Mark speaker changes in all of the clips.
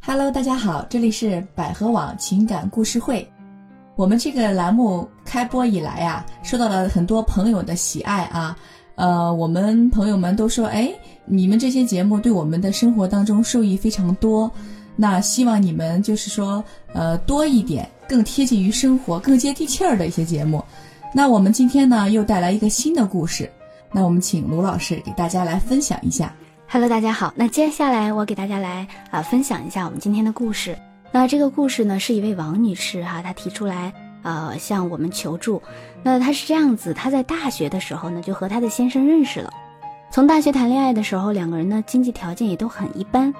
Speaker 1: Hello，大家好，这里是百合网情感故事会。我们这个栏目开播以来啊，受到了很多朋友的喜爱啊。呃，我们朋友们都说，哎，你们这些节目对我们的生活当中受益非常多。那希望你们就是说，呃，多一点更贴近于生活、更接地气儿的一些节目。那我们今天呢，又带来一个新的故事。那我们请卢老师给大家来分享一下。
Speaker 2: Hello，大家好。那接下来我给大家来啊、分享一下我们今天的故事。那这个故事呢，是一位王女士哈、她提出来呃向我们求助。那她是这样子，她在大学的时候呢，就和她的先生认识了。从大学谈恋爱的时候，两个人呢经济条件也都很一般，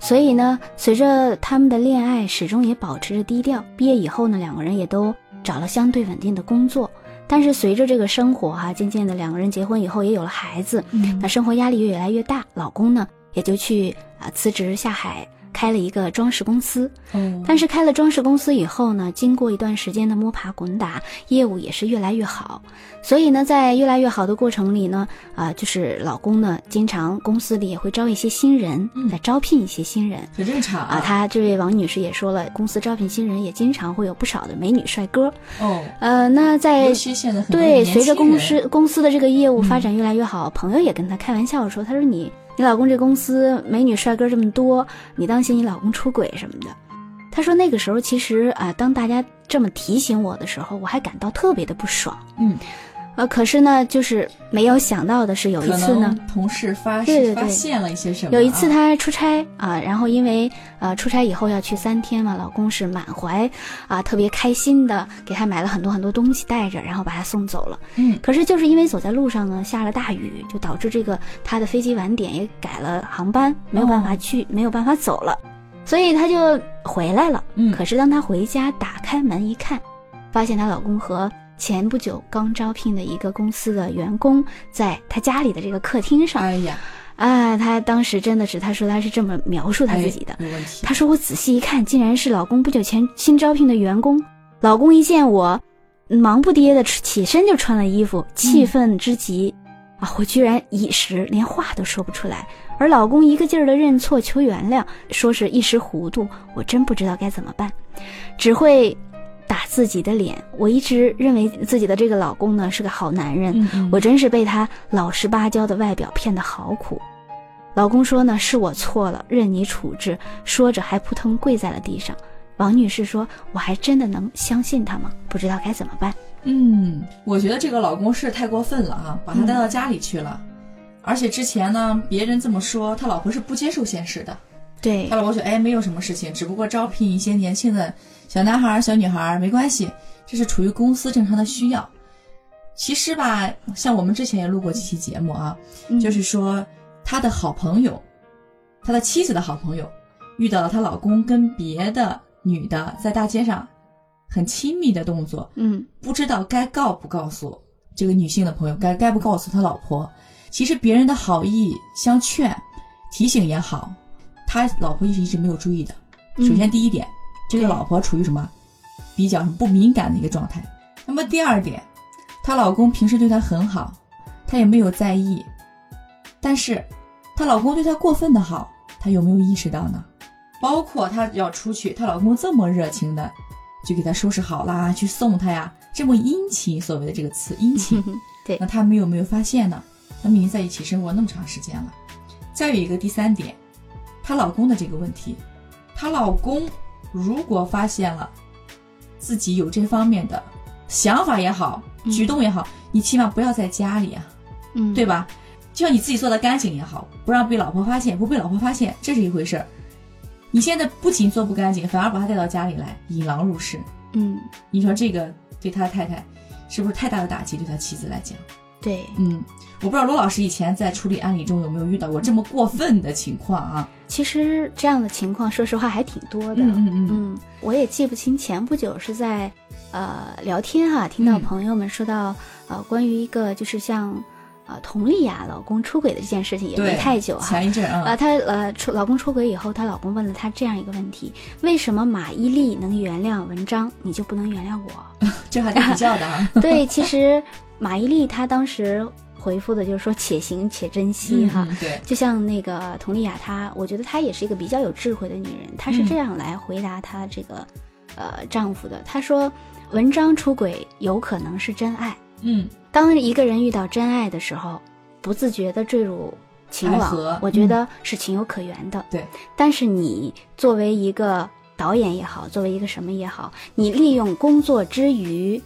Speaker 2: 所以呢，随着他们的恋爱始终也保持着低调。毕业以后呢，两个人也都找了相对稳定的工作。但是随着这个生活哈、渐渐的两个人结婚以后也有了孩子，
Speaker 1: 嗯
Speaker 2: 那生活压力越来越大，老公呢也就去啊、辞职下海，开了一个装饰公司。
Speaker 1: 哦，
Speaker 2: 但是开了装饰公司以后呢，经过一段时间的摸爬滚打，业务也是越来越好。所以呢，在越来越好的过程里呢，啊、就是老公呢，经常公司里也会招一些新人
Speaker 1: 嗯，
Speaker 2: 来招聘一些新人。
Speaker 1: 很正常
Speaker 2: 啊，她这位王女士也说了，公司招聘新人也经常会有不少的美女帅哥。
Speaker 1: 哦，
Speaker 2: 呃，那在
Speaker 1: 尤其现在很多
Speaker 2: 对，
Speaker 1: 年
Speaker 2: 随着
Speaker 1: 轻
Speaker 2: 公
Speaker 1: 人嗯
Speaker 2: 司公司的这个业务发展越来越好，朋友也跟他开玩笑说：“他说你你老公这公司美女帅哥这么多，你当心你老公出轨什么的。”他说那个时候其实啊、当大家这么提醒我的时候，我还感到特别的不爽。
Speaker 1: 嗯，
Speaker 2: 呃，可是呢，就是没有想到的是，有一
Speaker 1: 可
Speaker 2: 次呢
Speaker 1: 能，同事发
Speaker 2: 对对
Speaker 1: 发
Speaker 2: 对
Speaker 1: 现了一些什么啊、
Speaker 2: 有一次她出差啊，然后因为呃出差以后要去三天嘛，老公是满怀啊特别开心的给她买了很多很多东西带着，然后把她送走了。
Speaker 1: 嗯
Speaker 2: 可是就是因为走在路上呢，下了大雨，就导致这个她的飞机晚点也改了航班，没有办法去，没有办法走了，所以她就回来了。
Speaker 1: 嗯，
Speaker 2: 可是当她回家打开门一看，发现她老公和前不久刚招聘的一个公司的员工在她家里的这个客厅上。
Speaker 1: 哎呀，
Speaker 2: 啊，她当时真的是，她说她是这么描述她
Speaker 1: 哎
Speaker 2: 自己的。
Speaker 1: 有问题，
Speaker 2: 她说我仔细一看，竟然是老公不久前新招聘的员工。老公一见我，嗯忙不迭的起身就穿了衣服，气愤之极。啊！我居然一时连话都说不出来，而老公一个劲儿的认错求原谅，说是一时糊涂，我真不知道该怎么办，只会打自己的脸。我一直认为自己的这个老公呢是个好男人，
Speaker 1: 嗯嗯
Speaker 2: 我真是被他老实巴交的外表骗得好苦。老公说呢，是我错了，任你处置。说着还扑腾跪在了地上。王女士说：“我还真的能相信他吗？不知道该怎么办。
Speaker 1: 嗯，我觉得这个老公是太过分了啊，把她
Speaker 2: 嗯
Speaker 1: 带到家里去了。而且之前呢，别人这么说，他老婆是不接受现实的。
Speaker 2: 对
Speaker 1: 他老婆说：“哎，没有什么事情，只不过招聘一些年轻的小男孩儿、小女孩儿，没关系，这是处于公司正常的需要。”其实吧，像我们之前也录过几期节目啊，
Speaker 2: 嗯
Speaker 1: 就是说他的好朋友，他的妻子的好朋友，遇到了她老公跟别的女的在大街上很亲密的动作，
Speaker 2: 嗯，
Speaker 1: 不知道该告不告诉这个女性的朋友，该该不告诉他老婆。其实别人的好意相劝、提醒也好，他老婆一直一直没有注意的。
Speaker 2: 嗯
Speaker 1: 首先第一点，这个
Speaker 2: 对
Speaker 1: 老婆处于什么比较不敏感的一个状态。那么第二点，她老公平时对她很好，她也没有在意，但是她老公对她过分的好，她有没有意识到呢？包括她要出去，她老公这么热情的就给她收拾好啦，去送她呀，这么殷勤，所谓的这个词殷勤，
Speaker 2: 嗯 对
Speaker 1: 那他们有没有发现呢？他们已经在一起生活那么长时间了。再有一个第三点，她老公的这个问题，她老公如果发现了自己有这方面的想法也好，
Speaker 2: 嗯
Speaker 1: 举动也好，你起码不要在家里啊，
Speaker 2: 嗯，
Speaker 1: 对吧？就像你自己做的干净也好，不让被老婆发现，不被老婆发现，这是一回事儿。你现在不仅做不干净，反而把她带到家里来，引狼入室，
Speaker 2: 嗯，
Speaker 1: 你说这个对他太太是不是太大的打击？对他妻子来讲？
Speaker 2: 对。
Speaker 1: 嗯，我不知道罗老师以前在处理案例中有没有遇到过这么过分的情况啊？
Speaker 2: 其实这样的情况，说实话还挺多的。
Speaker 1: 嗯嗯
Speaker 2: 嗯，我也记不清前不久是在呃聊天哈、听到
Speaker 1: 嗯
Speaker 2: 朋友们说到、呃关于一个就是像呃佟丽娅老公出轨的这件事情，也
Speaker 1: 对
Speaker 2: 没太久
Speaker 1: 嗯，
Speaker 2: 哈、
Speaker 1: 前一阵啊，
Speaker 2: 啊，她呃出老公出轨以后，她老公问了她这样一个问题：为什么马伊琍能原谅文章，你就不能原谅我？
Speaker 1: 这还得比较的啊。
Speaker 2: 对，其实马伊琍她当时回复的就是说且行且珍惜
Speaker 1: 嗯
Speaker 2: 哈。
Speaker 1: 对，
Speaker 2: 就像那个佟丽娅，她我觉得她也是一个比较有智慧的女人，她是
Speaker 1: 嗯
Speaker 2: 这样来回答她这个、呃丈夫的。她说，文章出轨有可能是真爱。
Speaker 1: 嗯
Speaker 2: 当一个人遇到真爱的时候，不自觉的坠入情
Speaker 1: 爱河
Speaker 2: 网，我觉得是情有可原的。
Speaker 1: 对，
Speaker 2: 但是你作为一个导演也好，作为一个什么也好，你利用工作之余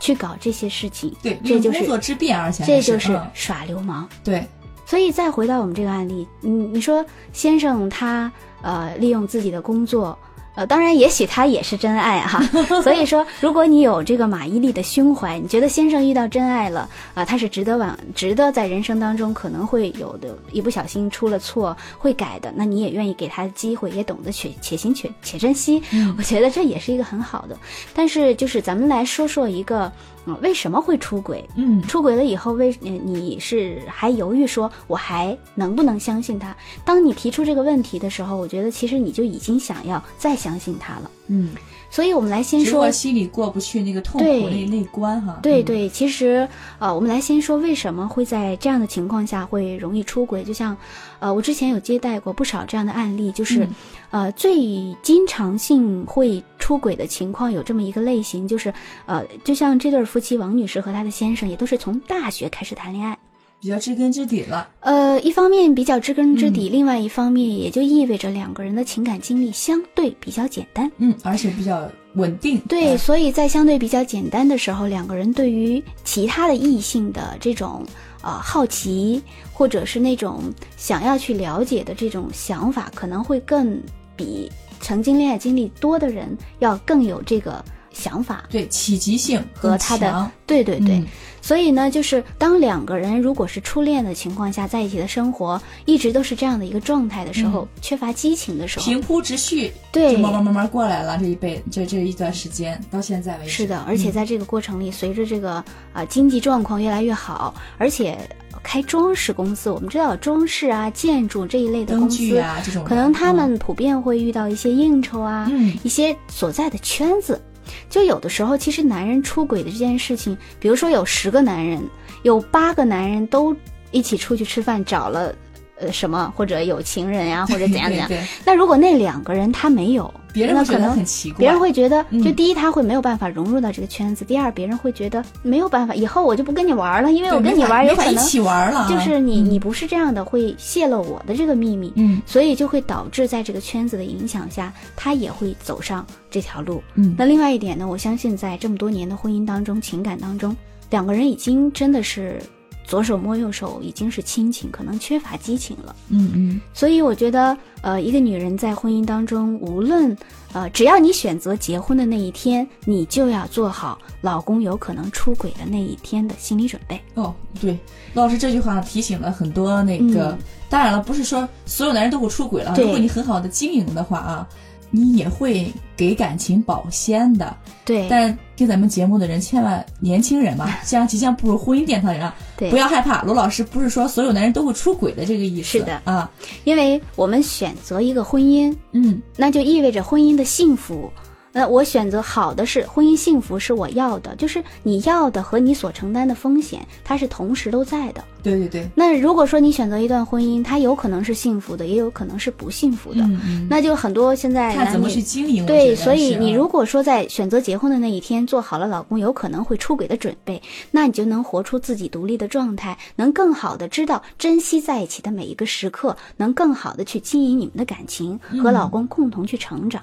Speaker 2: 去搞这些事情，
Speaker 1: 对，
Speaker 2: 这就
Speaker 1: 用工
Speaker 2: 是
Speaker 1: 作之便，而且还
Speaker 2: 这就是
Speaker 1: 嗯
Speaker 2: 耍流氓。
Speaker 1: 对，
Speaker 2: 所以再回到我们这个案例，你你说先生他呃利用自己的工作，呃当然也许他也是真爱哈、所以说如果你有这个马伊琍的胸怀，你觉得先生遇到真爱了啊、他是值得往值得在人生当中可能会有的一不小心出了错会改的，那你也愿意给他机会，也懂得且且行且且珍惜，
Speaker 1: 嗯
Speaker 2: 我觉得这也是一个很好的。但是就是咱们来说说一个嗯为什么会出轨，
Speaker 1: 嗯
Speaker 2: 出轨了以后，为呃你是还犹豫说我还能不能相信他？当你提出这个问题的时候，我觉得其实你就已经想要再相信他了。
Speaker 1: 嗯，
Speaker 2: 所以我们来先
Speaker 1: 只不
Speaker 2: 说
Speaker 1: 过，心里过不去那个痛苦
Speaker 2: 对
Speaker 1: 那那一关哈，
Speaker 2: 对
Speaker 1: 嗯，
Speaker 2: 对，其实呃，我们来先说为什么会在这样的情况下会容易出轨。就像呃，我之前有接待过不少这样的案例，就是、
Speaker 1: 嗯
Speaker 2: 呃，最经常性会出轨的情况有这么一个类型，就是呃，就像这对夫妻王女士和她的先生，也都是从大学开始谈恋爱。
Speaker 1: 比较知根知底了，
Speaker 2: 呃，一方面比较知根知底，另外一方面也就意味着两个人的情感经历相对比较简单。
Speaker 1: 嗯，而且比较稳定，
Speaker 2: 对，
Speaker 1: 嗯
Speaker 2: 所以在相对比较简单的时候，两个人对于其他的异性的这种呃好奇，或者是那种想要去了解的这种想法，可能会更比曾经恋爱经历多的人要更有这个想法。
Speaker 1: 对，企及性
Speaker 2: 和他的对对
Speaker 1: 更强
Speaker 2: 对，
Speaker 1: 嗯
Speaker 2: 所以呢，就是当两个人如果是初恋的情况下在一起的生活，一直都是这样的一个状态的时候，缺乏激情的时候，
Speaker 1: 嗯平铺直叙，
Speaker 2: 对
Speaker 1: 就，慢慢慢慢过来了。这一辈这这一段时间到现在为止，
Speaker 2: 是的，而且在这个过程里，随着这个呃经济状况越来越好，而且开装饰公司，我们知道装饰啊、建筑这一类的
Speaker 1: 灯
Speaker 2: 公司，
Speaker 1: 具啊这种的，
Speaker 2: 可能他
Speaker 1: 嗯
Speaker 2: 们普遍会遇到一些应酬啊，
Speaker 1: 嗯
Speaker 2: 一些所在的圈子。就有的时候，其实男人出轨的这件事情，比如说有十个男人，有八个男人都一起出去吃饭，找了呃什么，或者有情人呀、或者怎样怎
Speaker 1: 对
Speaker 2: 样。
Speaker 1: 对，
Speaker 2: 那如果那两个人他没有，
Speaker 1: 别人
Speaker 2: 那
Speaker 1: 会觉
Speaker 2: 可
Speaker 1: 得
Speaker 2: 能
Speaker 1: 很奇怪，
Speaker 2: 别人会觉得，
Speaker 1: 嗯
Speaker 2: 就第一他会没有办法融入到这个圈子，第二别人会觉得没有办法，以后我就不跟你玩了，因为
Speaker 1: 对
Speaker 2: 我跟
Speaker 1: 没
Speaker 2: 你
Speaker 1: 法
Speaker 2: 玩有
Speaker 1: 没法
Speaker 2: 可
Speaker 1: 一
Speaker 2: 能
Speaker 1: 起玩了啊，
Speaker 2: 就是你
Speaker 1: 嗯
Speaker 2: 你不是这样的，会泄露我的这个秘密。
Speaker 1: 嗯
Speaker 2: 所以就会导致在这个圈子的影响下，他也会走上这条路。
Speaker 1: 嗯
Speaker 2: 那另外一点呢，我相信在这么多年的婚姻当中、情感当中，两个人已经真的是左手摸右手，已经是亲情，可能缺乏激情了。
Speaker 1: 嗯嗯，
Speaker 2: 所以我觉得，呃，一个女人在婚姻当中，无论呃，只要你选择结婚的那一天，你就要做好老公有可能出轨的那一天的心理准备。
Speaker 1: 哦，对，老师这句话提醒了很多那个，
Speaker 2: 嗯
Speaker 1: 当然了，不是说所有男人都会出轨了，
Speaker 2: 对
Speaker 1: 如果你很好的经营的话啊，你也会给感情保鲜的。
Speaker 2: 对，
Speaker 1: 但听咱们节目的人，千万年轻人 嘛，像即将步入婚姻殿堂的人啊，
Speaker 2: 对
Speaker 1: 不要害怕。罗老师不是说所有男人都会出轨的这个意思，
Speaker 2: 是的
Speaker 1: 啊，
Speaker 2: 因为我们选择一个婚姻，
Speaker 1: 嗯，
Speaker 2: 那就意味着婚姻的幸福。那我选择好的是婚姻幸福是我要的，就是你要的和你所承担的风险，它是同时都在的。
Speaker 1: 对对对，
Speaker 2: 那如果说你选择一段婚姻，它有可能是幸福的，也有可能是不幸福的。
Speaker 1: 嗯嗯，
Speaker 2: 那就很多现在
Speaker 1: 看
Speaker 2: 男
Speaker 1: 怎么
Speaker 2: 女
Speaker 1: 去经营。我觉
Speaker 2: 对，
Speaker 1: 得
Speaker 2: 所以
Speaker 1: 是啊
Speaker 2: 你如果说在选择结婚的那一天做好了老公有可能会出轨的准备，那你就能活出自己独立的状态，能更好的知道珍惜在一起的每一个时刻，能更好的去经营你们的感情，和
Speaker 1: 嗯
Speaker 2: 老公共同去成长。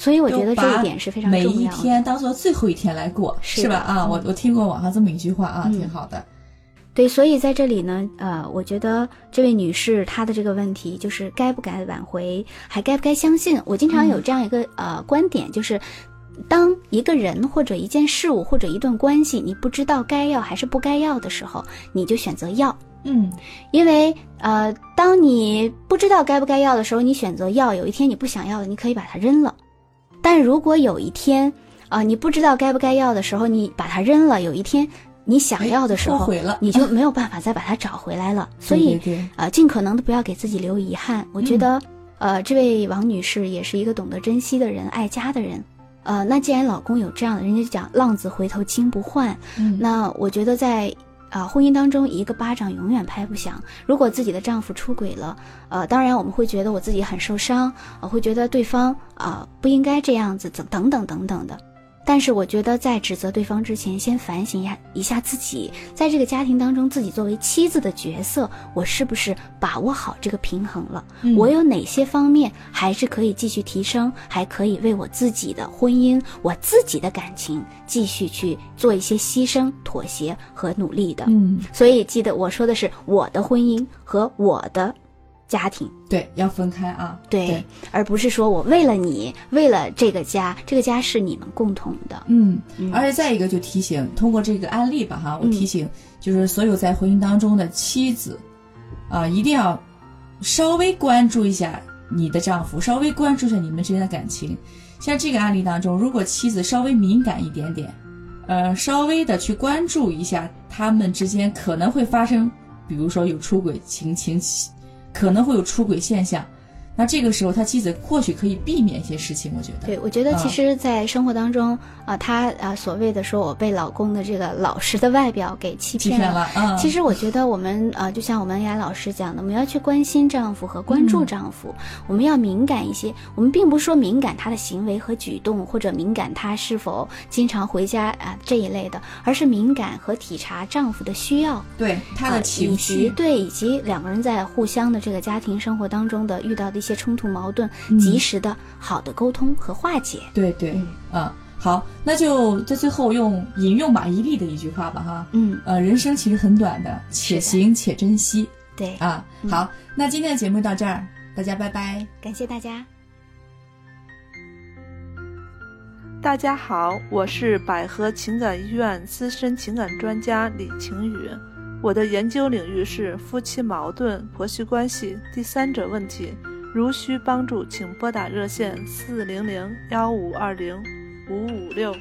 Speaker 2: 所以我觉得这一点是非常
Speaker 1: 每
Speaker 2: 重
Speaker 1: 一
Speaker 2: 要的。
Speaker 1: 天当做最后一天来过，
Speaker 2: 是
Speaker 1: 是吧？
Speaker 2: 的
Speaker 1: 啊，我我听过网上这么一句话啊，
Speaker 2: 嗯
Speaker 1: 挺好的。
Speaker 2: 对，所以在这里呢，呃，我觉得这位女士她的这个问题就是该不该挽回，还该不该相信。我经常
Speaker 1: 嗯
Speaker 2: 有这样一个、呃观点，就是当一个人或者一件事物或者一段关系，你不知道该要还是不该要的时候，你就选择要，
Speaker 1: 嗯，
Speaker 2: 因为呃，当你不知道该不该要的时候，你选择要，有一天你不想要了，你可以把它扔了。但如果有一天啊、呃你不知道该不该要的时候，你把它扔了，有一天你想要的时
Speaker 1: 哎后
Speaker 2: 候，
Speaker 1: 悔了，
Speaker 2: 你就没有办法再把它找回来了。所以
Speaker 1: 对，对对
Speaker 2: 呃，尽可能的不要给自己留遗憾。我觉得，
Speaker 1: 嗯
Speaker 2: 呃，这位王女士也是一个懂得珍惜的人、爱家的人。呃，那既然老公有这样的，人家就讲浪子回头金不换。
Speaker 1: 嗯
Speaker 2: 那我觉得在啊、婚姻当中一个巴掌永远拍不响。如果自己的丈夫出轨了，呃，当然我们会觉得我自己很受伤，呃、会觉得对方啊、呃不应该这样子，等等等等等的。但是我觉得在指责对方之前，先反省一下一下自己，在这个家庭当中，自己作为妻子的角色，我是不是把握好这个平衡了？
Speaker 1: 嗯
Speaker 2: 我有哪些方面还是可以继续提升，还可以为我自己的婚姻、我自己的感情继续去做一些牺牲、妥协和努力的。
Speaker 1: 嗯，
Speaker 2: 所以记得我说的是我的婚姻和我的家庭，
Speaker 1: 对，要分开啊。
Speaker 2: 对，
Speaker 1: 对
Speaker 2: 而不是说我为了你，为了这个家，这个家是你们共同的。
Speaker 1: 嗯，
Speaker 2: 嗯
Speaker 1: 而且再一个就提醒，通过这个案例吧，哈，我
Speaker 2: 嗯
Speaker 1: 提醒、就是所有在婚姻当中的妻子，啊、一定要稍微关注一下你的丈夫，稍微关注一下你们之间的感情。像这个案例当中，如果妻子稍微敏感一点点，呃，稍微的去关注一下他们之间可能会发生，比如说有出轨情情，可能会有出轨现象，那这个时候他妻子或许可以避免一些事情，我觉得。
Speaker 2: 对，我觉得其
Speaker 1: 嗯
Speaker 2: 实，在生活当中啊，她啊所谓的说我被老公的这个老实的外表给欺
Speaker 1: 欺
Speaker 2: 骗
Speaker 1: 骗
Speaker 2: 了。
Speaker 1: 了啊！
Speaker 2: 其实我觉得我们呃，就像我们雅老师讲的，我们要去关心丈夫和关注丈夫，
Speaker 1: 嗯
Speaker 2: 我们要敏感一些。我们并不是说敏感他的行为和举动，或者敏感他是否经常回家啊、这一类的，而是敏感和体察丈夫的需要，
Speaker 1: 对他
Speaker 2: 啊
Speaker 1: 的
Speaker 2: 以
Speaker 1: 情
Speaker 2: 及
Speaker 1: 绪，
Speaker 2: 对以及两个人在互相的这个家庭生活当中的遇到的一些冲突矛盾，
Speaker 1: 嗯
Speaker 2: 及时的好的沟通和化解。
Speaker 1: 对对，
Speaker 2: 嗯
Speaker 1: 啊，好，那就在最后用引用马伊琍的一句话吧，哈，
Speaker 2: 嗯，
Speaker 1: 呃，人生其实很短的，且行且珍惜
Speaker 2: 对，
Speaker 1: 啊。
Speaker 2: 嗯
Speaker 1: 好，那今天的节目到这儿，大家拜拜。
Speaker 2: 感谢大家。
Speaker 3: 大家好，我是百合情感医院资深情感专家李晴雨。我的研究领域是夫妻矛盾、婆媳关系、第三者问题。如需帮助，请拨打热线四零零幺五二零五五六。